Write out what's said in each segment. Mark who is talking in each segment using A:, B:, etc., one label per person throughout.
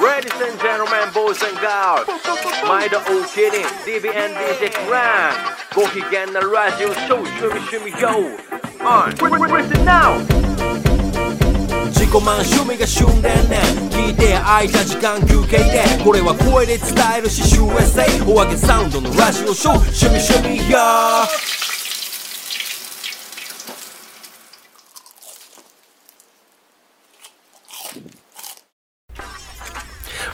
A: Ladies and gentlemen, boys and girls 毎度お気に DBN DJ クランご機嫌なラジオショー趣味趣味 YO On Listen now
B: 自己満趣味が旬でね聞いて空いた時間休憩でこれは声で伝えるし USA お揚げサウンドのラジオショー趣味趣味や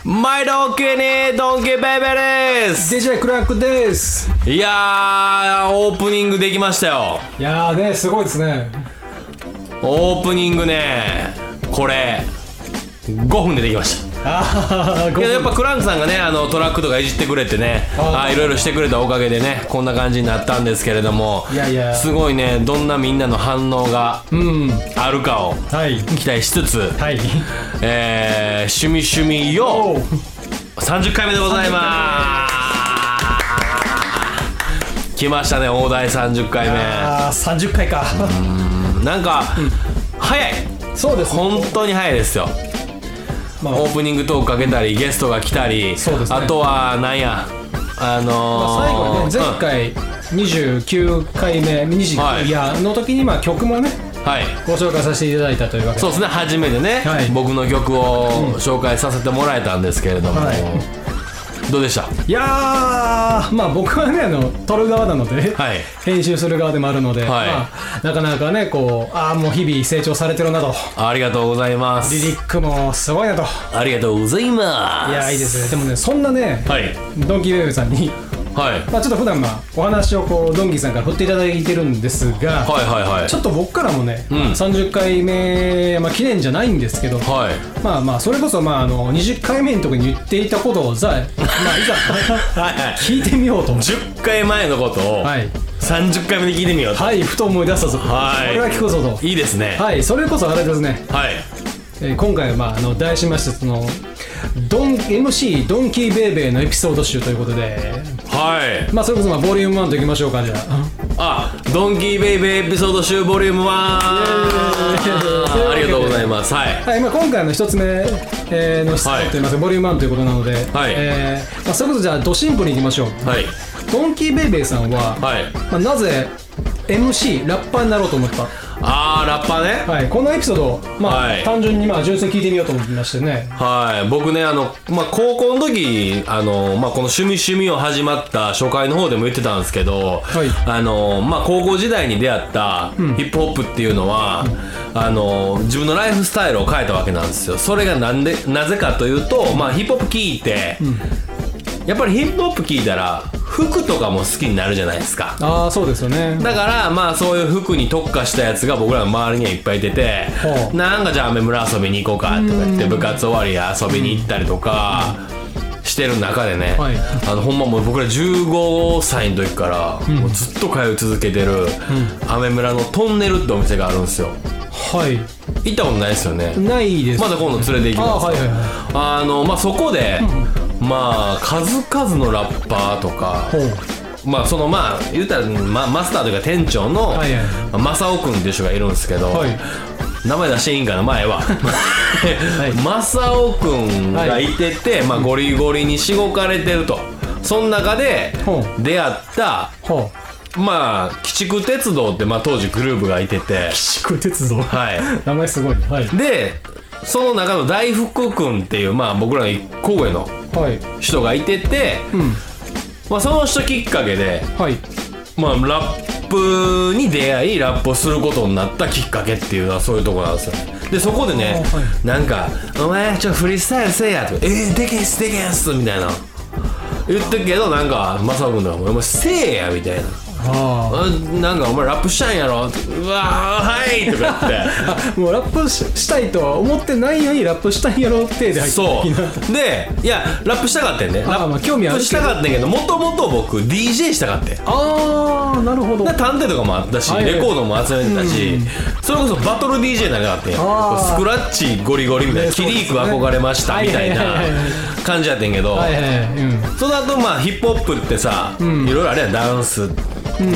B: 毎度お気にドンキベイベです
C: DJ クラックです
B: いやーオープニングできましたよ
C: いやーねすごいですね
B: オープニングねこれ5分でできました
C: あ
B: いややっぱクランクさんがねあのトラックとかいじってくれてね
C: あ
B: あいろいろしてくれたおかげでねこんな感じになったんですけれども
C: いやいや
B: すごいねどんなみんなの反応が
C: うん
B: あるかを
C: はい
B: 期待しつつ、
C: はい
B: えー、趣味趣味よ
C: おう
B: 30回目でございます来ましたね大台30回目
C: あー30回か
B: なんか、早い
C: そうです
B: 本当に早いですよ
C: まあ
B: オープニングトークかけたりゲストが来たり、
C: そうですね
B: あとはなんやあ
C: 最後
B: の
C: に
B: ー
C: ね前回29回目
B: は
C: 29
B: い
C: いやの時にまあ曲もね
B: うんはい
C: ご紹介させていただいたというわけ
B: そうですね初めてね、
C: はい
B: 僕の曲を紹介させてもらえたんですけれども、
C: はい
B: どうでした
C: いやーまあ僕はねあの撮る側なので、
B: はい
C: 編集する側でもあるので、
B: はい
C: まあ、なかなかねこうああもう日々成長されてるなと
B: ありがとうございま
C: リリ
B: す
C: ックもすごいなと
B: ありがとうございます
C: いやいいですねでもねそんなね
B: はい
C: ドンキーウェーブさんに、
B: はい
C: まあ、ちょっと普段まあお話をこうドンキーさんから振っていただいてるんですが、
B: はいはいはい
C: ちょっと僕からもね、
B: ん
C: 30回目、まあ、記念じゃないんですけど、
B: はい
C: まあまあそれこそまああの20回目の時に言っていたことをざ、 まあ、いざ
B: はいはい
C: 聞いてみようと思って
B: 10回前のことを
C: はい
B: 30回目で聞いてみようと、
C: はいふと思い出したぞ
B: はい
C: これは聞くぞと
B: い、いですね
C: はいそれこそあれですね、
B: はい、
C: えー今回はまああの題しましてそのドン MC ドンキーベイベーのエピソード集ということで
B: はい
C: まあそれこそまあボリューム1といきましょうかじゃあ
B: あ、ドンキーベイベーエピソード集ボリューム1
C: ーイ
B: ありがとうございますはい
C: はい、まあ、今回の一つ目、えーの質問
B: はい
C: といいますか、ボリューム1ということなので、
B: はい
C: えーまあ、それこそじゃあドシンプルにいきましょう、
B: はい
C: ドンキーベイベーさんは、
B: はい
C: まあ、なぜ MC ラッパーになろうと思った、
B: あーラッパーね
C: はい、このエピソードを、まあ
B: はい
C: 単純にまあ純粋に聞いてみようと思いましてね
B: はい僕ねあの、まあ、高校の時あの、まあ、この「趣味趣味」を始まった初回の方でも言ってたんですけど、
C: はい
B: あのまあ、高校時代に出会ったヒップホップっていうのは、あの自分のライフスタイルを変えたわけなんですよそれがなんでなぜかというと、まあ、ヒップホップ聞いて、やっぱりヒップホップ聞いたら服とかも好きになるじゃないですか
C: ああそうですよね
B: だからまあそういう服に特化したやつが僕らの周りにはいっぱい出て
C: ほう
B: なんかじゃあ雨村遊びに行こうかとか言って部活終わり遊びに行ったりとかしてる中でね、
C: はい
B: あのほんまもう僕ら15歳の時からもうずっと通い続けてる雨村のトンネルってお店があるんですよ
C: はい
B: 行ったことないですよね
C: ないです、
B: まだ今度連れて行き
C: あ
B: ま
C: あ
B: す
C: はいはいはい
B: あのまあそこで、まあ数々のラッパーとか
C: ほう
B: まあそのまあ言うたら、ま、マスターというか店長の、
C: はいはい
B: まあ正雄君っていう人がいるんですけど、
C: はい
B: 名前出していいんかな前は、
C: い
B: 正雄君がいてて、まあ、ゴリゴリにしごかれてるとその中で
C: ほ
B: 出会った
C: ほ
B: まあ鬼畜鉄道って、まあ、当時グループがいてて
C: う四国鉄道
B: はい
C: 名前すごいはい
B: でその中の大福君っていう、まあ、僕らの一個上の
C: はい
B: 人がいてて、
C: うん
B: まあ、その人きっかけで、
C: はい
B: まあ、ラップに出会いラップをすることになったきっかけっていうのはそういうとこなんですよねでそこでね、
C: あーは
B: なんか「お前ちょっとフリースタイルせえや」とか「えー、でけんすでけんす」みたいな言ってるけどなんかマサオ君とかも「お前せえや」みたいな「
C: あ
B: あなんかお前ラップしたんやろ」ってうわーはい」とか言って。
C: あもうラップししたいとは思ってないのにラップしたいやろってで 入って
B: そ
C: きな
B: うでいやラップしたかったんね
C: あー
B: ラ
C: まあ興味あ
B: ッ
C: る
B: プ
C: け
B: した
C: ど
B: かったんやけどもともと僕 DJ したかったん
C: ああなるほど
B: で探偵とかもあったし、
C: はいはい
B: レコードも集めてたし、それこそバトル DJ なんかあってんや
C: あー
B: スクラッチゴリゴリみたいな、
C: ね
B: キリーク
C: そうですね
B: 憧れましたみたい
C: はい
B: な
C: はいはいはい
B: 感じやってんけど、
C: はいはいはいうん
B: その後まあヒップホップってさ、いろいろあれやんダンスグ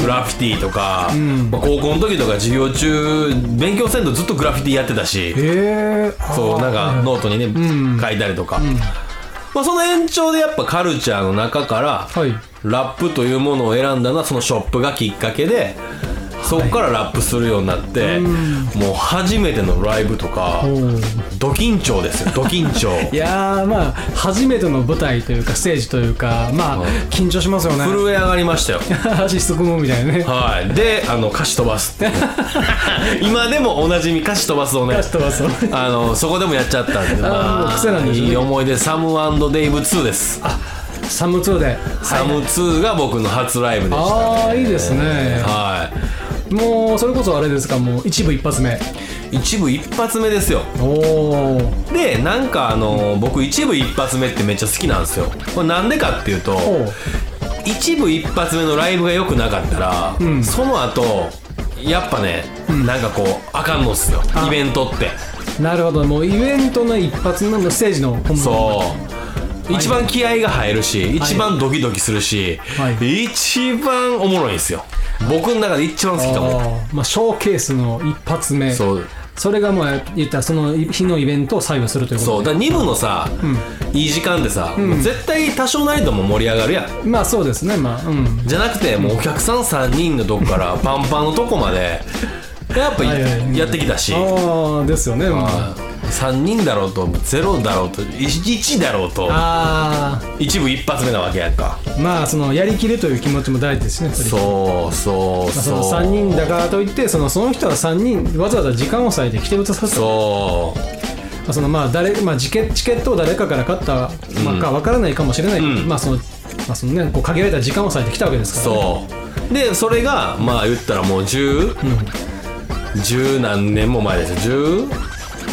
B: ラフィティとか、まあ高校の時とか授業中勉強せんとずっとグラフィティやってたし、
C: へえ
B: そうなんかノートにね、書いたりとか、まあ、その延長でやっぱカルチャーの中から、
C: はい
B: ラップというものを選んだのはそのショップがきっかけでそこからラップするようになって、もう初めてのライブとか
C: ん
B: ド緊張ですよド緊張
C: いやーまあ初めての舞台というかステージというかまあ緊張しますよね
B: 震え上がりましたよ
C: 足すくむみたいなね
B: はいであの歌詞飛ばすっていう 今でもおなじみ歌詞飛ばすをね
C: 出してます
B: あのそこでもやっちゃったんで、
C: あー
B: ま
C: もう癖なんでしょうね
B: いい思い出サムデイブ2です、
C: サム2で
B: サム2が僕の初ライブでした
C: ああいいですね
B: はい
C: もうそれこそあれですかもう一部一発目
B: 一部一発目ですよ
C: おお
B: でなんかあの僕一部一発目ってめっちゃ好きなんですよこれなんでかっていうと一部一発目のライブが良くなかったら、
C: ん
B: その後やっぱね、なんかこうあかんのっすよイベントって
C: なるほどもうイベントの一発目のステージの本番
B: そう一番気合が入るし一番ドキドキするし、
C: は
B: 一番おもろいんですよ僕の中で一番好きかも
C: あーまあ、ショーケースの一発目
B: そう
C: それがもう言ったらその日のイベントを左右するということ
B: そうだから2部のさ、いい時間ってさ、もう絶対多少なりとも盛り上がるやん
C: まあそうですねまあうん
B: じゃなくてもうお客さん3人のとこから パンパンのとこまでやっぱ
C: はいはい
B: やってきたし、
C: ああですよねまあ
B: 3人だろうと0だろうと 1, だろうと
C: あー
B: 一部一発目なわけやんか
C: まあそのやりきるという気持ちも大事ですしねやっぱり
B: そうそう
C: まあそ
B: そう
C: の3人だからといってそのその人は3人わざわざ時間を割いて来てくださった
B: そう
C: まあそのまあ誰まあ、チケチケットを誰かから買ったまあか分からないかもしれない、まあそのまあそのね、こう限られた時間を割いてきたわけですから、ね、
B: そうでそれがまあ言ったらもう10十、何年も前ですよ10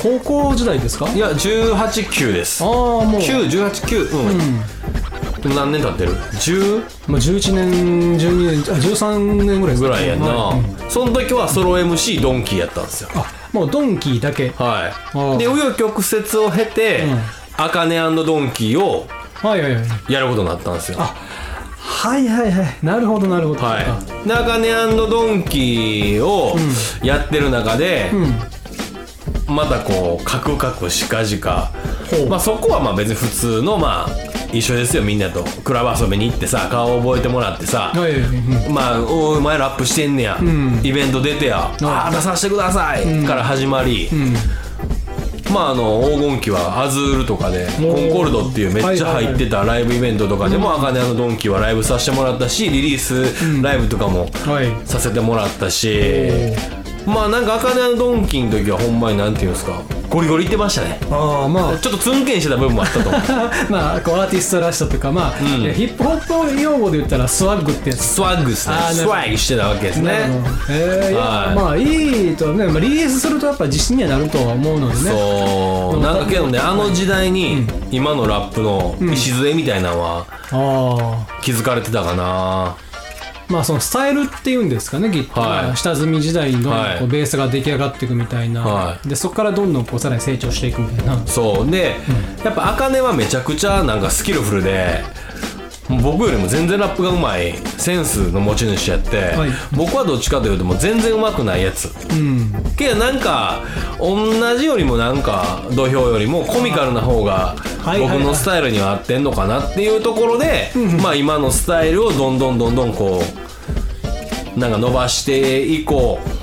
C: 高校時代ですか
B: いや189です
C: ああもう
B: 9189うん、でも何年経ってる ?10
C: まあ、11年12年あ13年ぐらいですか
B: ぐらいやんな、
C: はいうん
B: その時はソロ MC ドンキーやったんですよ
C: あもうドンキーだけ
B: は
C: ー
B: いで紆余曲折を経て、
C: うん
B: アカネドンキーを
C: はいはいはい
B: やることになったんですよ
C: あはいはいはいなるほどなるほど
B: はいでアカネドンキーをやってる中で、
C: うん
B: またこうカクカクしかじか
C: ほう
B: まあそこはまあ別に普通のまあ一緒ですよみんなとクラブ遊びに行ってさ顔覚えてもらってさ、
C: はいはいはいうん
B: まあ、おお前ラップしてんねや、
C: ん
B: イベント出てや、ああ出させてください、から始まり、まああの黄金期はアズールとかでコ
C: おー
B: ンコルドっていうめっちゃ
C: はいはいはい
B: 入ってたライブイベントとかでも、茜のドンキはライブさせてもらったしリリースライブとかも
C: はい
B: させてもらったし、
C: えー
B: まあなんか茜のドンキの時はほんまになんていうんですかゴリゴリ言ってましたね
C: ああまあ
B: ちょっとツンケンしてた部分もあったと思う
C: まあこうアーティストらしさとかまあ、えヒップホップ用語で言ったらスワッグってやつ
B: スワッグっすね
C: あーなるほ
B: ス
C: ど
B: ワッグしてたわけですね
C: えーいや
B: はい
C: まあいいとね、まあ、リリースするとやっぱ自信にはなるとは思うのでね
B: そうなんかけ どねあの時代に今のラップの礎みたいなのは
C: ああ
B: 気づかれてたかな
C: まあそのスタイルっていうんですかねギッター、
B: はい
C: 下積み時代にどんどん
B: はい
C: こうベースが出来上がっていくみたいな、
B: は
C: でそこからどんどんこうさらに成長していくみたいな
B: そうでやっぱ茜はめちゃくちゃなんかスキルフルで僕よりも全然ラップがうまいセンスの持ち主やって、
C: はい
B: 僕はどっちかというともう全然うまくないやつ
C: うん
B: けどなんか同じよりもなんか土俵よりもコミカルな方が
C: はい
B: 僕のスタイルには合ってんのかなっていうところで、まあ今のスタイルをどんどんどんどんこうなんか伸ばしていこう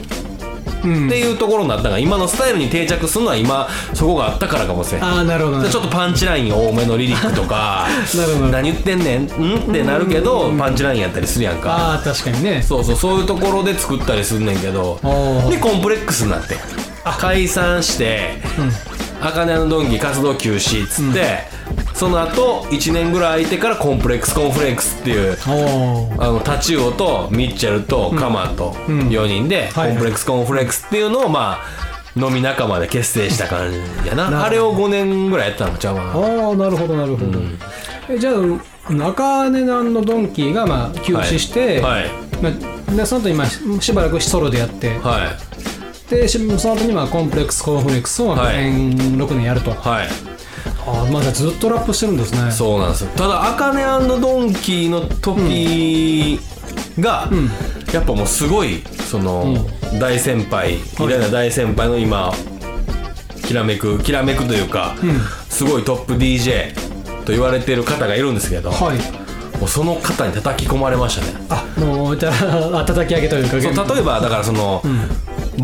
C: うん
B: っていうところになったが今のスタイルに定着するのは今そこがあったからかもしれん
C: ああなるほどなる
B: ち
C: ほ
B: ょっとパンチライン多めのリリックとか
C: なるほど
B: 何言ってんねんんってなるけどパンチラインやったりするやん
C: ど
B: か
C: ああ確かにね
B: そうそうそういうところで作ったりすんねんけど
C: おー
B: でコンプレックスになって解散して「あかねのドンキ活動休止」っつって、その後1年ぐらい空いてからコンプレックスコンフレックスっていう
C: おお
B: あのタチウオとミッチェルとカマと4人で、
C: はい
B: コンプレックスコンフレックスっていうのをまあ飲み仲間で結成した感じやなあれを5年ぐらいやったのちゃうかな
C: ああなるほどなるほど、えじゃああの赤根さんのドンキーがまあ休止して、
B: はい
C: まあ、でその後今ししばらくソロでやって、
B: はい
C: でしその後にまあコンプレックスコンフレックスをまあ
B: はい
C: 5年6年やると、
B: はい
C: ああまあじゃあずっとラップしてるんですね
B: そうなんですよただ「あかねドンキー」の時が、やっぱもうすごいその、大先輩偉大な大先輩の今きらめくきらめくというか、すごいトップ DJ と言われてる方がいるんですけど、
C: はい
B: もうその方に叩き込まれましたね
C: あもういた あ叩き上げというか
B: そう例えばだからその、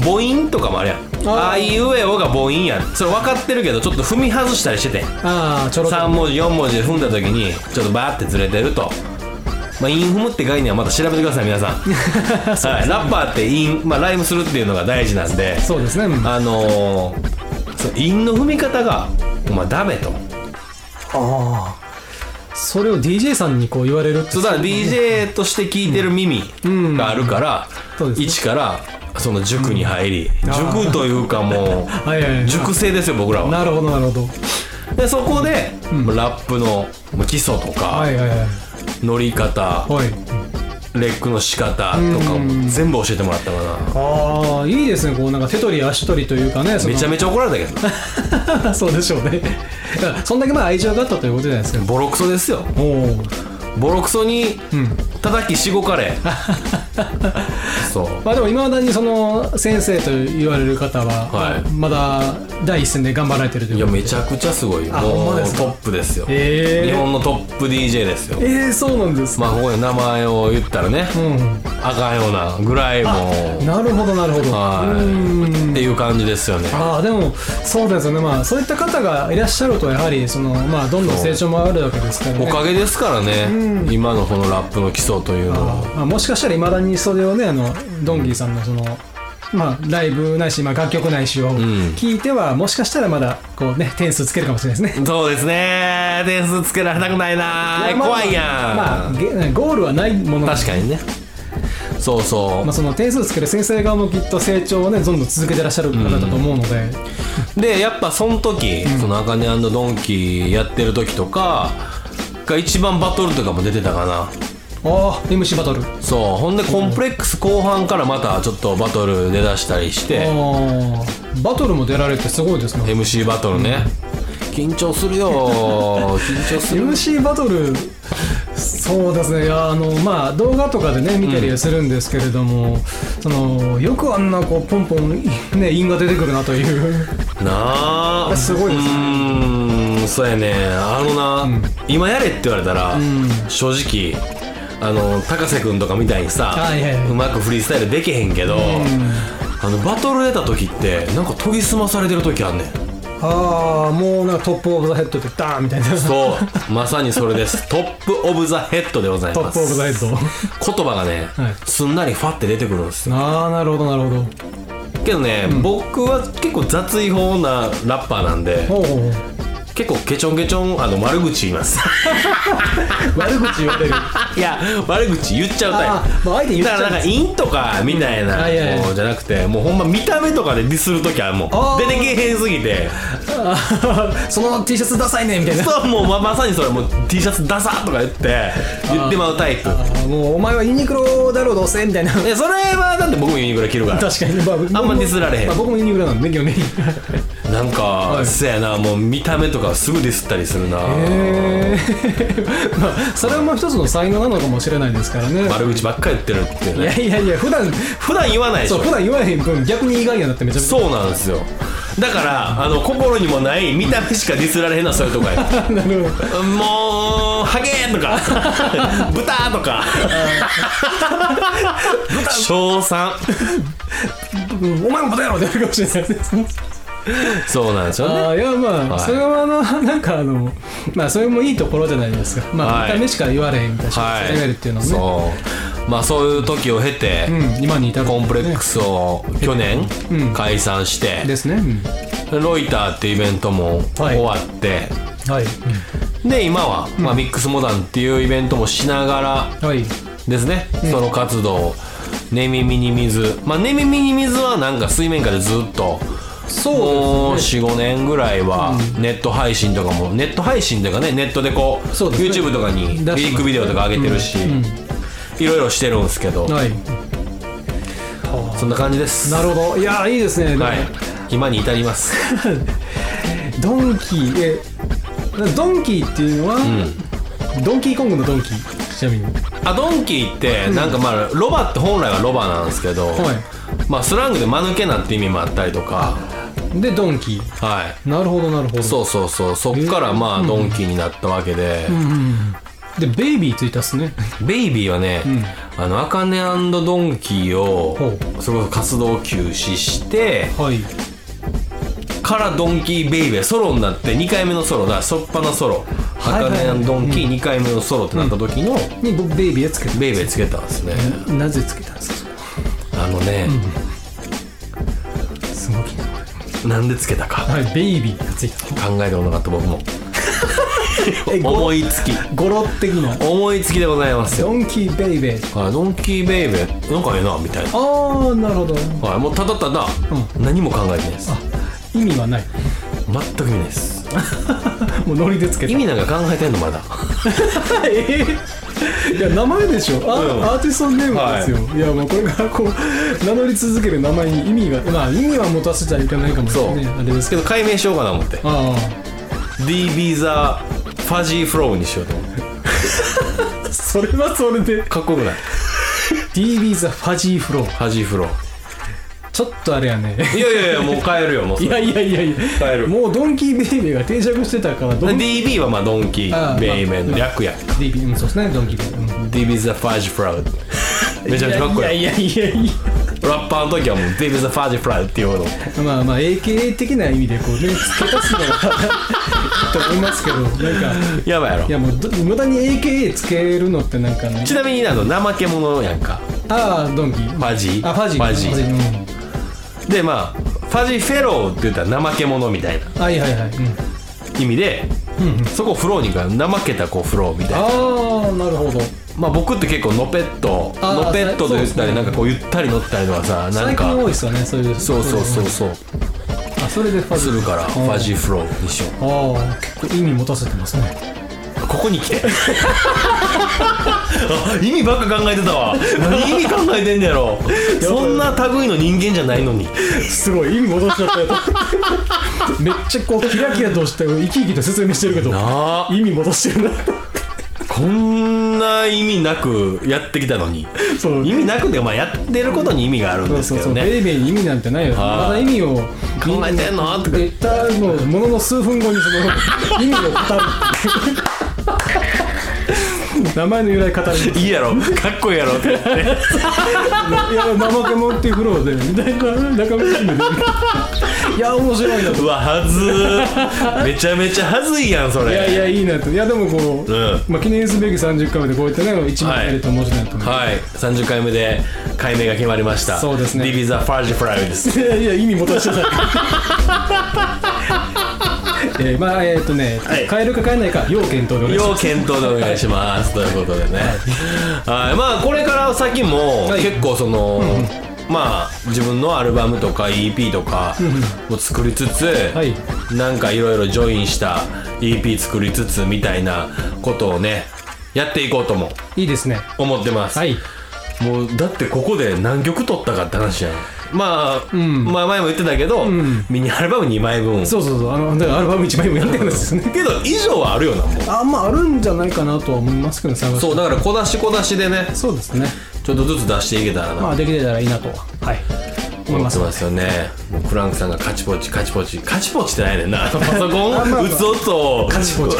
B: 母音とかもあれやん
C: あー
B: あいうえおが母音やんそれ分かってるけどちょっと踏み外したりしてて
C: ああちょろっと
B: 3文字4文字で踏んだ時にちょっとバーってずれてるとまあ、インフムって概念はまた調べてください皆 さん、はい、ラッパーってイン、まあ、ライムするっていうのが大事なんで
C: そうですねうんあ
B: あのー、そう韻の踏み方がお前ダメと
C: あそれを DJ さんにこう言われるって
B: そうだから DJ として聞いてる耳があるから、
C: うんそうですね
B: 一からその塾に入り、
C: あー
B: 塾というかも
C: はいはいは
B: う
C: い
B: 塾生ですよ僕らは
C: なるほどなるほど
B: でそこで、ラップの基礎とか、
C: はいはいはい
B: 乗り方
C: はい
B: レックの仕方とかも全部教えてもらったかな
C: ああいいですねこうなんか手取り足取りというかねその
B: めちゃめちゃ怒られた けど
C: そうでしょうねだからそんだけまあ愛情があったということじゃないですか
B: ボロクソですよ
C: おお
B: ボロクソに叩きしごか れ、そう
C: まあでもいまだにその先生と言われる方は、
B: はい
C: まだ第一線で頑張られてると
B: い
C: い
B: や
C: うこと
B: めちゃくちゃすごいよ
C: あ
B: も
C: ほん
B: うト
C: まですか
B: ップですよ、
C: えー
B: 日本のトップ DJ ですよ
C: えー、そうなんですか、
B: まあここで名前を言ったらね、あかんようなぐらいも
C: なるほどなるほど
B: うはいっていう感じですよね
C: ああでもそうですよねまあそういった方がいらっしゃるとやはりそのまあどんどん成長もあるわけですから
B: お
C: ね
B: かげですからね、今のこのラップの基礎というのは
C: まあ、もしかしたらいまだにそれをねあのドンギーさんのその、まあ、ライブないし、まあ、楽曲ないしを聞いては、もしかしたらまだこうね点数つけるかもしれないですね。
B: そうですね点数つけられたくないな
C: まあ
B: 怖いやん、
C: まあ、ゲゴールはないもの
B: 確かにねそうそう、
C: まあ、その点数つける先生側もきっと成長をねどんどん続けてらっしゃる方だと思うので、
B: でやっぱその時、そのアカネドンキやってる時とかが一番バトルとかも出てたかな
C: ああ MC バトル
B: そうほんでコンプレックス後半からまたちょっとバトル出だしたりして
C: ああバトルも出られてすごいですね
B: MC バトルね緊張するよ緊張する
C: MC バトルそうですねいやあのまあ動画とかでね見たりはするんですけれども、そのよくあんなこうポンポンね韻が出てくるなという
B: なあ
C: すごいです
B: う
C: ね
B: ーんそうやねあのな、今やれって言われたら、正直あの高瀬君とかみたいにさ、
C: あいやいや
B: うまくフリースタイルできへんけど、あのバトル出た時ってなんか研ぎ澄まされてる時あんねん
C: ああもうなんかトップオブザヘッドでダーンみたいな
B: そうまさにそれですトップオブザヘッドでござい
C: ト
B: ま
C: ッ
B: す
C: プオブザヘッド
B: 言葉がね、
C: はい
B: すんなりファって出てくるんですよ
C: ああなるほどなるほど
B: けどね、僕は結構雑い方なラッパーなんで
C: ほうほうほう
B: 結構ケチョンケチョンあの悪口言います
C: 悪口言われる
B: いや悪口言っちゃう
C: あ
B: タイ
C: あ、まあ、相手
B: プ
C: 言っち
B: だ
C: ゃ
B: か
C: う
B: らなんかインとかみたいな
C: あいやいや
B: もうじゃなくてもうほんま見た目とかでディスる時はも
C: あ
B: う
C: ー
B: 出てけえへんすぎ て
C: あ その T シャツダサいねみたいな
B: そうもうままさにそれもう T シャツダサとか言って言ってまうタイプ
C: もうお前はユニクロだろうどうせみたいな
B: でそれはだって僕もユニクロ着るから
C: 確かに、まあ、
B: あんまディスられへん
C: まあ、僕もユニクロなんで基本的に
B: なんか、
C: い
B: そやなもう見た目とかすぐディスったりするな
C: へえ まあそれも一つの才能なのかもしれないですからね、
B: 悪口ばっかり言ってるっていう
C: い
B: ね
C: やいやいや普段
B: 普段言わないでし
C: そう
B: ょ
C: 普段言わへん分逆に意外やなってめちゃめちゃ
B: そうなんですよだからあの心にもない見た目しかディスられへんのはそういうとこや
C: なるほど
B: もうハゲーと か豚とか小三
C: うんお前もバカやろってなるかもしれない ですね
B: そうなんですよね
C: ああいやまあ、
B: はい
C: それはあのなんかあのまあそれもいいところじゃないですかまあ、
B: はい
C: 見た目しか言われへんみたいな、
B: はい
C: 言われるっていうのはね
B: そうまあそういう時を経て、
C: うん、今に至る、
B: コンプレック
C: ス
B: スを去年解散して、
C: ですね、うん
B: ロイターってイベントも
C: はい
B: 終わって、
C: はい、
B: で今は、まあ、ミックスモダンっていうイベントもしながら
C: はい
B: ですね、その活動を「寝耳に水」まあ「寝耳に水」はなんか水面下でずっと。もう45年ぐらいはネット配信とかも、ネット配信というかねネットでこう
C: そうですね
B: YouTube とかにリ
C: 出してます
B: リックビデオとか上げてるし、いろいろしてるんですけど、
C: はい
B: そんな感じです
C: なるほどいやーいいですね、
B: はい今に至ります
C: ドンキーえドンキーっていうのは、ドンキーコングのドンキーちなみに
B: あドンキーってなんかまあロバって本来はロバなんですけど、
C: はい
B: まあスラングで間抜けなって意味もあったりとか
C: でドンキ
B: はい
C: なるほどなるほど
B: そうそうそうそっからまあドンキになったわけで、
C: でベイビーついたっすね
B: ベイビーはね、あのアカネドンキーを
C: ほ
B: それこそ活動休止して
C: はい
B: からドンキーベイビーはソロになって2回目のソロだそっぱなソロア
C: いは
B: カ
C: いはい
B: ネドンキー2回目のソロってなった時の
C: に僕ベイビーはつけた
B: ベイビーつけたんですね、
C: なぜつけたんですか
B: あのね、
C: すごい気になる
B: なんでつけたか
C: はいベイビーがついた
B: 考えたことなかった僕も
C: えご
B: 思いつき
C: 語呂的な
B: 思いつきでございますよ
C: ドンキーベイベー
B: あドンキーベイビーなんかええなみたいな
C: ああなるほど
B: はい、もうただただ、何も考えてないです
C: 意味はない
B: 全く意味ないです
C: もうノリでつけた
B: 意味なんか考えてんのまだ
C: えーいや名前でしょあ、
B: うん
C: アーティストネームなんですよ、い、やまあこれからこう名乗り続ける名前に意味がまあ意味は持たせちゃいけないかもし
B: そ
C: れ
B: う
C: ないあれですけ
B: けど
C: ど
B: 解明しようかな思って
C: あ
B: DB ザファジーフローにしようと思って
C: あそれはそ れで
B: かっこよくない
C: DB ザファジーフロー
B: ファジーフロ
C: ちょっとあれやね
B: ーいやいやいやもう変えるよもうそ
C: い
B: れ
C: やいやいやい
B: 変え
C: や
B: る
C: もうドンキーベイビーが定着してたからドン
B: DB はまあドンキー
C: あー
B: ベイメンの
C: まあ
B: 略や
C: ディービーうんそうですねドンキーベイビー、
B: DB ザファジーフロ ー
C: うん、
B: めちゃめちゃかっこいい
C: いやいやいやいや
B: ラッパーの時はもう DB ザファジーフローっていうの
C: まあまあ AKA 的な意味でこうね付け足すのは と思いますけどなんか
B: やばいやろ
C: いやもうど無駄に AKA つけるのってなんかね
B: ちなみにあの怠け者やんか
C: ああドンキフ
B: ファジー
C: あファジー
B: ファジー
C: うん
B: でまあファジーフェローって言ったら怠け者みたいな
C: はいはいはい、うん
B: 意味で、そこをフローに変える怠けたこうフローみたいな
C: ああなるほど
B: まあ僕って結構のぺっと
C: あー
B: のぺっとと言った
C: そうですね
B: りなんかこうゆったり乗ったりとかさなん
C: 最近多い
B: か
C: ですよねそういう
B: そうそうそう
C: い
B: そう
C: のあそれでファ
B: す
C: ジー
B: るからファジーフローにしよう
C: ああ結構意味持たせてますね
B: ここに来 てあ意味ばっか考えてたわ何意味考えてんねやろそんな類の人間じゃないのに
C: すごい意味戻しちゃったよ めっちゃこうキラキラとして生き生きと説明してるけど
B: あ
C: 意味戻してるな
B: こんな意味なくやってきたのに
C: そう
B: 意味なくてまあやってることに意味があるん
C: そう
B: です
C: そう
B: け
C: そ
B: ど
C: う、
B: ね
C: ベイベーに意味なんてないよ。
B: はい
C: まだ意味を
B: 考えてんのとか
C: 言ったのものの数分後にその意味を語るっていう。名前の由来語る。
B: いいやろかっこいいやろって言って
C: いや、怠け者っていうフローで、みたいな仲間チームで。いや、面白いなと。
B: うわはずーめちゃめちゃはずいやんそれ
C: いやいや、いいなと。いや、でもこう、
B: うん
C: まあ、記念すべき30回目でこういったね、一枚入ると面白いなと思う。
B: はい30回目で解明が決まりました
C: そうですね
B: ディビザ・ファージ・フライ です
C: いやいや意味持たせてたえー、まあえっ、とね、
B: い
C: 変えるか変えないか要検討でお願いします
B: 要検討でお願いしますということで ねはいまあこれから先も
C: はい
B: 結構そ のまあ自分のアルバムとか EP とかを作りつつ
C: はい
B: なんかいろいろジョインした EP 作りつつみたいなことをねやっていこうとも
C: いいですね
B: 思ってます
C: はい
B: もうだってここで何曲取ったかって話やんまあ、まあ前も言ってたけど、ミニアルバム2枚分
C: そうそうそうあのだからアルバム1枚もやってるんですよね
B: けど以上はあるよなもう
C: あまああるんじゃないかなとは思いますけど探して
B: そうだから小出し小出しでね
C: そうですね
B: ちょっとずつ出していけたらな、
C: まあできてたらいいなとははい思
B: 思
C: い
B: っ
C: ま
B: て
C: す
B: ますよねもうクランクさんがカチポチカチポチカチポチってないねんなあのパソコ
C: あ まあ
B: ン
C: まあ
B: うつうつを
C: カチポチ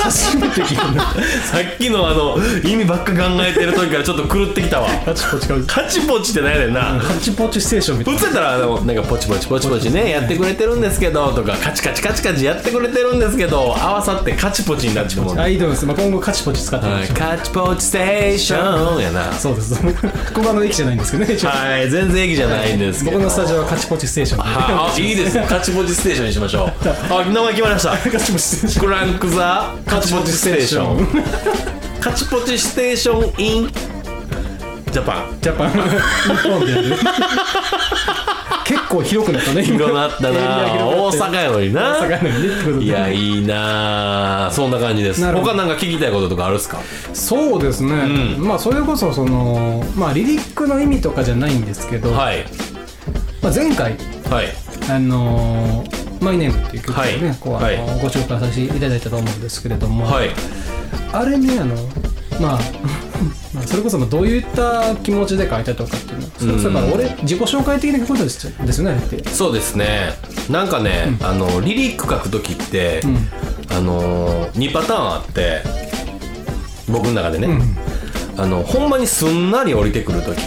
C: 初めて聞いた
B: さっきのあの意味ばっか考えてる時からちょっと狂ってきたわ
C: カチポチか
B: カチポチってないねんな、
C: カチポチステーションみたい
B: 普通
C: な
B: やったらあのなんかポチポチポチポチねやってくれてるんですけどとかカチカチカチカチやってくれてるんですけど合わさってカチポチになっちゃうもんね
C: あいいと思います、まあ、今後カチポチ使ってみ
B: は
C: ま
B: い
C: しょう
B: カチポチステーションやな
C: そうですここはあの駅じゃないんですけどね一応
B: はい全然駅じゃないんですけど
C: 僕のスタジオはカチポチステーションで
B: はあいいですねカチポチステーションにしましょうあ名前決まりました
C: カチポチステーション
B: クランクザカチポチステーションカチポチステーションインジャパン
C: ジャパン日本でやる 結構広くなったね今
B: 広なった
C: エリア
B: な大
C: 広
B: 阪
C: くなって
B: やのにな
C: 大阪なのにねってことで
B: いやいいなあそんな感じです
C: なるほど
B: 他なんか聞きたいこととかあるっすか
C: そうですね、まあそれこそそのまあリリックの意味とかじゃないんですけど、
B: はい
C: まあ、前回
B: はい
C: あのーマイネームっていう曲をね、
B: はい
C: こうあの
B: はい
C: ご紹介させていただいたと思うんですけれども、
B: はい
C: あれねあのまあ まあそれこそまあどういった気持ちで書いたとかっていうのそれこそだから俺自己紹介的なことですですよねあれって
B: そうですねなんかね、あのリリック書く時って、あの2パターンあって僕の中でね、あのほんまにすんなり降りてくる時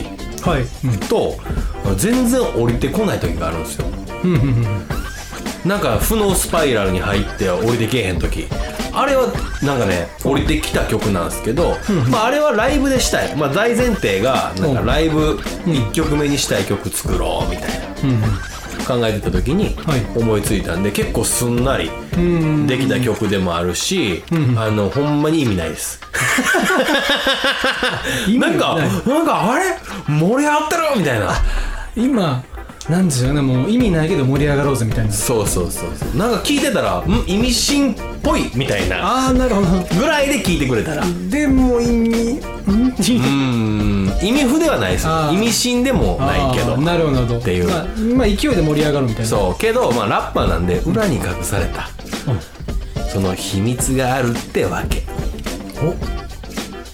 C: はい、
B: とあの全然降りてこない時があるんですよ
C: うん、うんうんうん
B: なんか負のスパイラルに入って降りてけえへん時あれはなんかね降りてきた曲なんですけど、まあ、あれはライブでしたい、まあ、大前提がなんかライブ1曲目にしたい曲作ろうみたいな考えてた時に
C: はい
B: 思いついたんで、結構すんなりできた曲でもあるし、あのほんまに意味ないです。なんかなんかあれ盛り上がってるみたいな。
C: 今なんですよねもう意味ないけど盛り上がろうぜみたいな
B: そうそうそうそうなんか聞いてたらん意味深っぽいみたいな
C: ああなるほど
B: ぐらいで聞いてくれたらう
C: でも意味ん
B: ん意味不ではないです
C: あ
B: よ
C: ー
B: 意味深でもないけ
C: あ
B: ど
C: ーなるほどなるほど
B: っていう
C: まあ、まあ勢いで盛り上がるみたいな
B: そうけどまあラッパーなんで裏に隠されたその秘密があるってわけ
C: お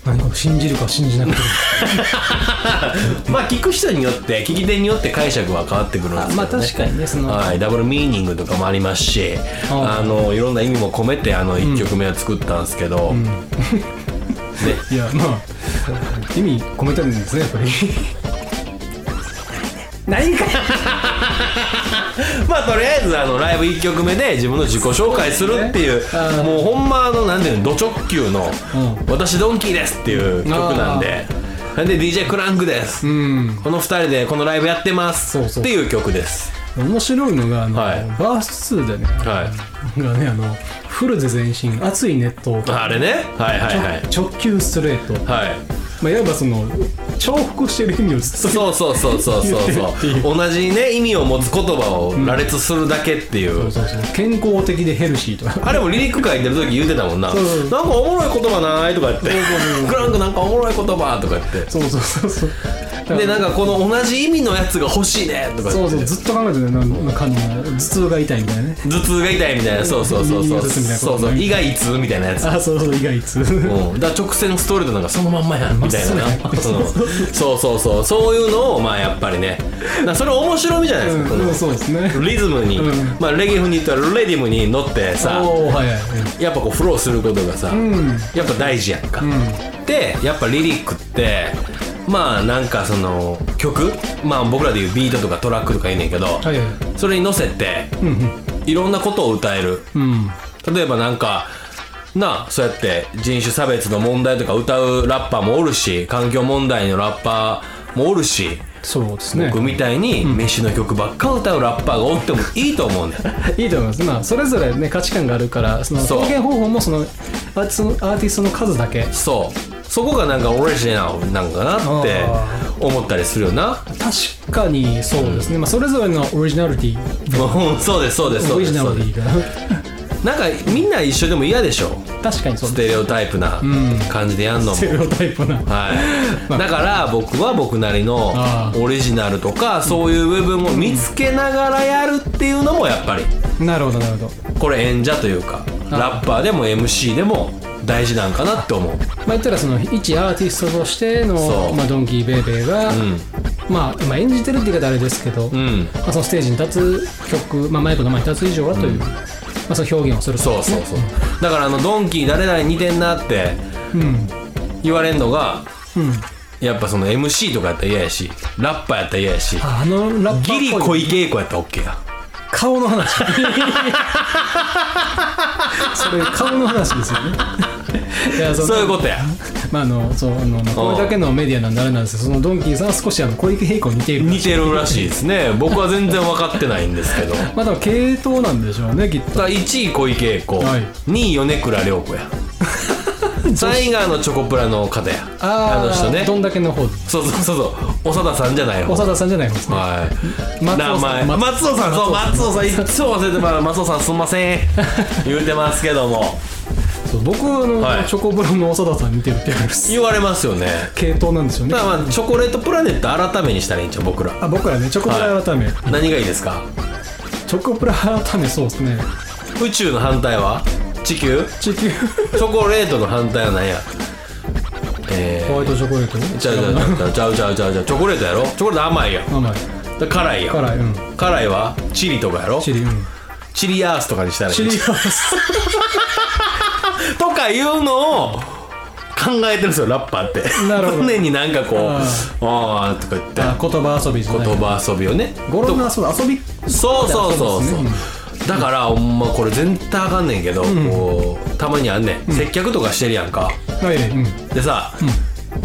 C: 何か信じるか信じなくて も
B: まあ聞く人によって聞き手によって解釈は変わってくるんですけど、ね、
C: あまあ確かにねその
B: はい、ダブルミーニングとかもありますし
C: あ
B: あのいろんな意味も込めてあの1曲目は作ったんですけど、ね
C: いやまあ意味込めてるんですねやっぱりないんかい
B: まあとりあえずあのライブ1曲目で自分の自己紹介するっていう
C: そうですねうん
B: もうほんまあのなんていうのド直球の
C: う
B: 「私ドンキーです」っていう曲なんでなんで DJ クランクです
C: うん
B: この2人でこのライブやってます
C: そうそう
B: っていう曲です
C: 面白いのがあの、
B: はい
C: バース2でね
B: はい
C: がねあのフルで全身熱い熱湯
B: あれねはいはいはい
C: 直球ストレート、
B: はい
C: まあ、いわばその重複してる意味をずっ
B: そ
C: と
B: うそうそうそうそう
C: 言ってるってい
B: そう同じね意味を持つ言葉を羅列するだけっていう
C: そうそう健康的でヘルシーとか
B: あれもリリック書いてる時言うてたもんな「なん
C: そうそう
B: かおもろい言葉ない」とか言って「クランクなんかおもろい言葉」とか言って
C: そうそうそうそう
B: でなんかこの同じ意味のやつが欲しいねとか
C: そ
B: 言っ
C: う
B: て
C: そうずっと考えてるねなんかあの頭痛が痛いみたいなね
B: 頭痛が痛いみたいなそうそうそうそう
C: 右頭痛みたいなこと
B: そうそう胃が痛みたいなやつ
C: あそうそう意外痛
B: うん、だから直線ストレートなんかそのまんまやんみたいなな、
C: まっすぐ
B: うんそうそうそうそういうのをまあやっぱりねだからそれ面白みじゃないですか、こ
C: うんそうですね
B: のリズムに、
C: うん
B: まあ、レゲフに言ったらレディムに乗ってさ
C: おおはいはい
B: やっぱこうフローすることがさ、
C: ん
B: やっぱ大事やんか、でやっぱリリックってまあなんかその曲まあ僕らでいうビートとかトラックとかいいねんけど、
C: はいはい
B: それに乗せて、いろんなことを歌える
C: うん
B: 例えばなんかなあそうやって人種差別の問題とか歌うラッパーもおるし環境問題のラッパーもおるし
C: そうですね
B: 僕みたいに飯の曲ばっか歌うラッパーがおってもいいと思うねん
C: いいと思いますまあそれぞれね価値観があるからその
B: そう
C: 表現方法もそのアーティストのアーティストの数だけ
B: そうそこがなんかオリジナルなんかなって思ったりするよな
C: 確かにそうですね、まあそれぞれのオリジナリティ
B: もうそうですそうですそ
C: オ
B: う
C: リ
B: で
C: ジ
B: す
C: ナ
B: そう
C: リ
B: で
C: ティが
B: すなんかみんな一緒でも嫌でしょ
C: 確かにそう
B: ス
C: で
B: テ
C: す
B: レオタイプな感じでやんのも
C: ステレオタイプな
B: はい、だから僕は僕なりの
C: ああ
B: オリジナルとかそういう部分を見つけながらやるっていうのもやっぱり
C: なるほどなるほど
B: これ演者というか
C: ああ
B: ラッパーでも MC でも大事なんかなって思う
C: まあ言ったらその一アーティストとして
B: そ
C: の
B: う
C: まあドンキーベイベーが、
B: ん
C: まあ、まあ演じてるって言い方あれですけど、
B: うん
C: まあ、そのステージに立つ曲、まあ、マイクの前に立つ以上はという、まあ、その表現をすると
B: そうそうそうだからあのドンキー誰々似てんなって
C: うん
B: 言われんのが
C: うん
B: やっぱその MC とかやったら嫌やしラッパーやったら嫌やし
C: ああのラッパーっぽ
B: ギ
C: い
B: リ小池栄子やったら OK や
C: 顔 の話それ顔の話ですよねいや
B: そういうことや
C: まああのそうあの、まあ、これだけのメディアなんであれなんですけどそのドンキーさんは少しあの小池栄子に似ている
B: 似てるらしいですね僕は全然分かってないんですけど
C: まあでも系統なんでしょうねきっと
B: さあ1位小池栄子、
C: はい
B: 2位米倉涼 子や3位があのチョコプラの方や
C: あ
B: の人ね
C: どんだけの方
B: そうそうそうそう長田さんじゃない方
C: 長田さんじゃない方ですね
B: はい
C: 松尾さ
B: 名
C: ん
B: 前
C: 松
B: 松尾さんそう松尾さんいつも忘れてまう松尾さんすんま せん言うてますけども
C: そう僕あの、
B: はい
C: チョコブラの長田さんに似てるって言われます
B: 言われますよね
C: 系統なんですよね
B: だからまあチョコレートプラネット改めにしたらいいんちゃう僕ら
C: あ僕らねチョコプラ改め、
B: 何がいいですか
C: チョコプラ改めそうですね
B: 宇宙の反対は地球
C: 地球
B: チョコレートの反対は何やえ
C: ホワイトチョコレート
B: ー、ちゃうちゃうちゃうちゃうちゃうちゃうチョコレートやろチョコレート甘いやん
C: 甘い
B: だから辛いやん
C: 辛いうん
B: 辛いはチリとかやろ
C: チリうん
B: チリアースとかにしたらいい
C: チリアース
B: とかいうのを考えてるんですよラッパーって
C: なるほど
B: 胸になんかこう
C: あ
B: あーとか言って
C: あ言葉遊びじゃない
B: 言葉遊びをね
C: 語呂の遊び遊び
B: そうそうそうそう、
C: そうで
B: だからほんまこれ全体あかんねんけど、こうたまにあんねん、接客とかしてるやんか
C: はいうん
B: でさ、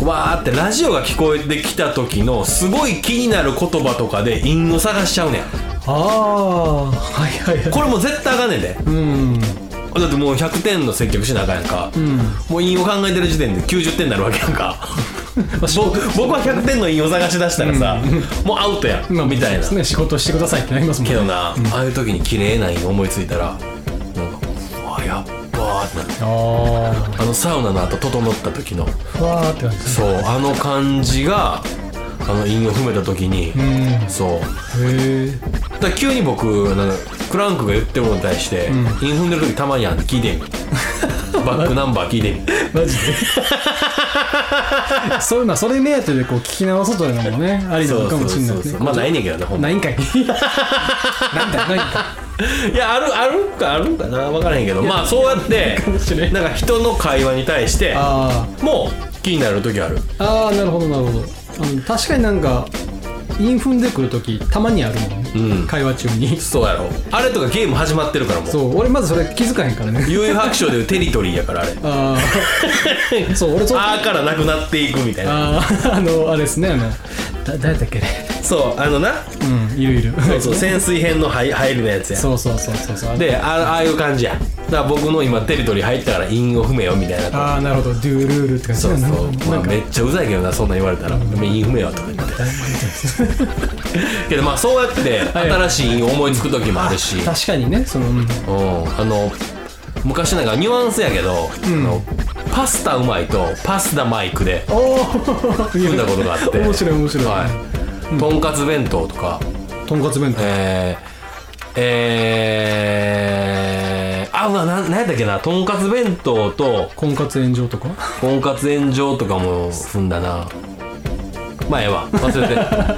B: わーってラジオが聞こえてきた時のすごい気になる言葉とかで韻を探しちゃうねん
C: ああはいはいはい
B: これもう絶対あかんねんで
C: うん
B: だってもう100点の接客しなあかんやんか、
C: ん
B: もう韻を考えてる時点で90点になるわけやん か僕僕は100点の韻を探し出したらさ、もうアウトやん、
C: まあ
B: みたいな
C: そうですね仕事してくださいってなりますもん
B: け
C: ね
B: どな、ああいう時に綺麗な韻思いついたらなんかうわやっばーってなる
C: ああ
B: あのサウナの後整った時の
C: ふわーって感じです
B: そ
C: ね
B: うあの感じがあの韻を踏めた時に、
C: うん
B: そう
C: へえ
B: だから急に僕なんかクランクが言ってるのに対して、韻踏んでる時たまにあん聞いて みバックナンバー聞いてみ
C: マジ でそういうまあそれ目当てでこう聞き直そうというのもねありなのかもしれないですね
B: まあないねんけどねほんま
C: ない んかいなんだよないんか
B: いやあるあるかあるかな分からへんけどまあそうやって
C: かもしれん
B: なんか人の会話に対して
C: あ
B: もう気になる時ある
C: ーあーなるほどなるほどあの確かになんかイン踏んでくるときたまにあるもん
B: う
C: ね、
B: ん
C: 会話中に
B: そうやろあれとかゲーム始まってるからもう
C: そう俺まずそれ気づかへんからね
B: 幽遊白書でいうテリトリーやからあれ
C: ああそう俺そう
B: あーからなくなっていくみたいな
C: あーあのあれですねあのだ誰だっけね
B: そうあのな
C: うんいるいる
B: そうそう潜水編の入入るのやつや
C: そうそうそうそうそう
B: であああいう感じやだから僕の今テリトリー入ったから韻を踏めよみたいな
C: ああなるほどドゥルールって感じ
B: そうそ
C: な
B: うん
C: か
B: ま
C: な
B: あ
C: んか
B: めっちゃうざいけどなそんなん言われたら韻踏めよとか言ってけどまあそうやって
C: い
B: 新しい韻を思いつく時もあるし
C: 確かにねその、うん
B: うんあの昔なんかニュアンスやけど、あのパスタうまいとパスタマイクで
C: おお
B: 組
C: 読
B: んだことがあって
C: 面白い面白い、
B: はい、とんかつ弁当とか
C: とんかつ弁当
B: えー、えー、あうわななんやったっけなとんかつ弁当と
C: 婚活炎上とか
B: とんかつ炎上とかも踏んだなまあええわ忘れてあ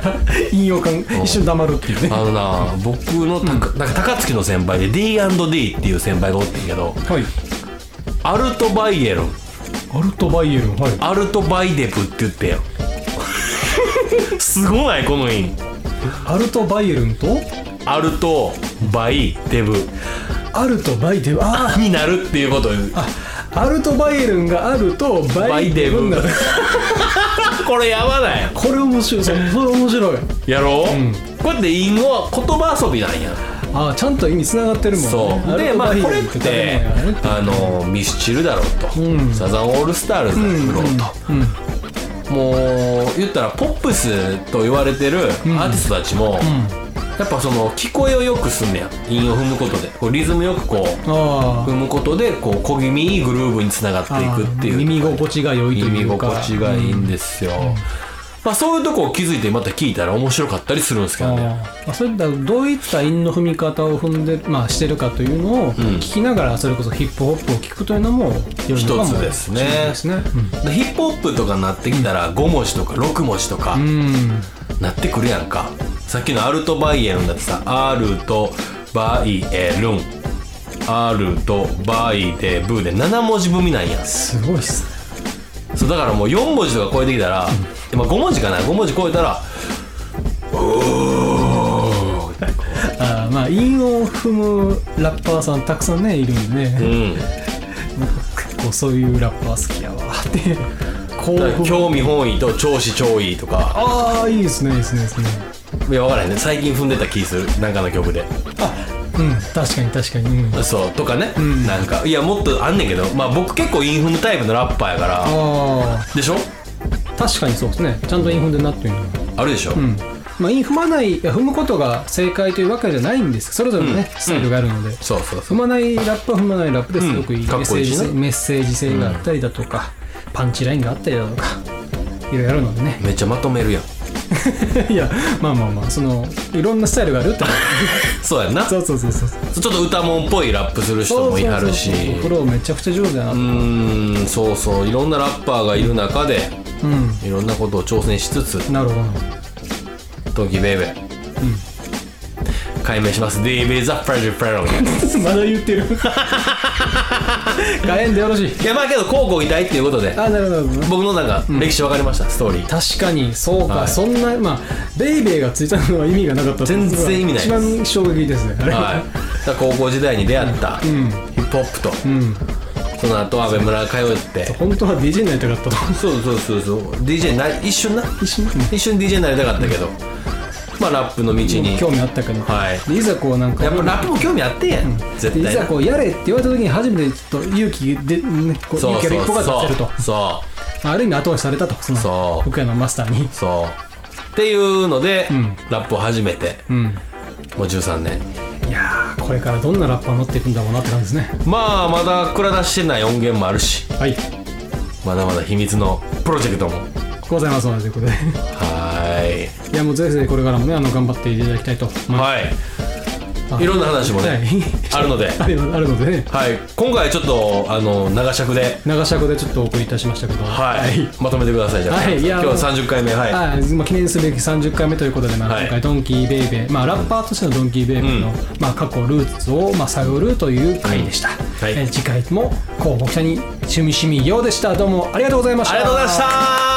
C: 引用感一瞬黙るっていうね
B: のな僕のたかなんか高槻の先輩で D&D っていう先輩がおってんけど
C: はい
B: アルトバイエルン
C: アルトバイエルンはい
B: アルトバイデプって言ってやんすごないこの印
C: アルトバイエルンと
B: アルトバイデブ
C: アルトバイデブあ
B: になるっていうことを言う
C: あアルトバイエルンがあるとバ
B: バ
C: イ
B: イ
C: デ
B: デ
C: ブ
B: ブ
C: になる
B: これやばない
C: これ面白いそうそれ面白い
B: やろう、これって因は言葉遊びなんや
C: ああちゃんと意味つながってるもんね
B: そうでまあこれってあのミスチルだろうと、
C: うん
B: サザンオールスターズだろうと、もう言ったらポップスと言われてるアーティストたちも、やっぱその聞こえを良くすんねや韻を踏むことでこうリズムよくこう
C: あ
B: 踏むことでこう小気味いいグルーブにつながっていくっていう
C: 耳心地が良いと
B: 耳
C: いうか
B: 心地がいいんですよ、まあそういうとこを気づいてまた聞いたら面白かったりするんですけどね
C: ああそういったどういった韻の踏み方を踏んで、まあ、してるかというのを聞きながら、それこそヒップホップを聞くというのも良いのかも
B: 一つですね
C: しれないですね
B: でヒップホップとかになってきたら5文字とか6文字とか
C: うん、うん
B: なってくるやんか、さっきのアルトバイエルンだってさアルトバイエルンアルトバイでブーで7文字組なんや
C: すごいっすね
B: そうだからもう4文字とか超えてきたら、まあ、5文字かな5文字超えたら
C: ああまあ韻を踏むラッパーさんたくさんねいるんで
B: う
C: ね、
B: ん
C: こうそういうラッパー好きやわって興
B: だから
C: 奮
B: 興味本位と調子超いいとか
C: ああいいですねいいですねいいですね
B: いや分からへんね最近踏んでた気するなんかの曲で
C: うん確かに確かに、うん、あ
B: そうとかね、なんかいやもっとあんねんけどまあ僕結構インフムタイプのラッパーやから
C: あ
B: でしょ
C: 確かにそうですねちゃんと韻踏んでんなっていうのは
B: あるでしょ、
C: うんまあ、イン踏まないいや踏むことが正解というわけじゃないんですそれぞれのね、スタイルがあるので、
B: そうそうそ
C: 踏まないラップは踏まないラップですごくいい,、
B: うんか
C: メッ
B: っ
C: セ
B: こい
C: ー
B: い
C: ジ
B: し
C: 性
B: ね
C: メッセージ性があったりだとか、パンチラインがあったりだとかいろいろあるのでね
B: うめっちゃまとめるやん
C: いやまあまあまあそのいろんなスタイルが あるって
B: そうやんなち
C: そ
B: ょ
C: うそうそうそう
B: っと歌もんっぽいラップする人もいはるし
C: そうそうそうそうフローめちゃくちゃ上手だな
B: うーんそうそういろんなラッパーがいる中で
C: うん
B: いろんなことを挑戦しつつ
C: なるほど
B: トキベイベー、解明します DB ザ・プレジュプレロン
C: まだ言っ てる火炎でよろしい
B: いやまあけど高校いたいっていうことで
C: あなるほどなるほど
B: 僕のなんか歴史分かりました、ストーリー
C: 確かにそうか、
B: はい
C: そんなまあベイベーがついたのは意味がなかった
B: 全然意味ないです
C: 一番衝撃ですねあれ
B: はい、だから高校時代に出会ったヒップホップと、
C: うん
B: その後安倍村通って
C: 本当は DJ になりたかったと
B: そうそうそうそう DJ になり一瞬な
C: 一瞬、
B: 一瞬 DJ になりたかったけど、まあラップの道に
C: 興味あったけど、
B: はい
C: でいざこうなんか
B: やっぱラップも興味あってんやん、絶
C: でい
B: 対
C: ざこうやれって言われた時に初めてちょっと勇気で、ね、こう
B: そう
C: 勇気
B: そ
C: ある
B: う
C: 一歩が出せると
B: そうそう
C: ある意味後押しされたとそ
B: そ
C: の
B: う
C: 僕らのマスターに
B: そうっていうので、
C: ん
B: ラップを始めて
C: うん
B: もう13年
C: いやーこれからどんなラッパーになっていくんだろうなって感じですね
B: まあまだ蔵出してない音源もあるし
C: はい
B: まだまだ秘密のプロジェクトも
C: ございますということで
B: はーい
C: いやもうぜひぜひこれからもねあの頑張っていただきたいと思いま
B: はい
C: あ
B: いろんな話も
C: す、はい
B: ね、 あるので
C: あるあるのでね
B: はい今回ちょっとあの長尺で
C: 長尺でちょっとお送りいたしましたけど
B: はいまとめてくださいじゃあ、
C: はいい
B: 今
C: や
B: 日30回目はい
C: あまあ、記念すべき30回目ということで、まあ
B: はい
C: 今回ドンキーベイベー、まあ、ラッパーとしてのドンキーベイベーの、
B: うん
C: まあ、過去ルーツを、まあ、探るという回でした、
B: はい
C: えー次回もこうご期待に趣味趣味ようでしたどうもありがとうございました
B: ありがとうございました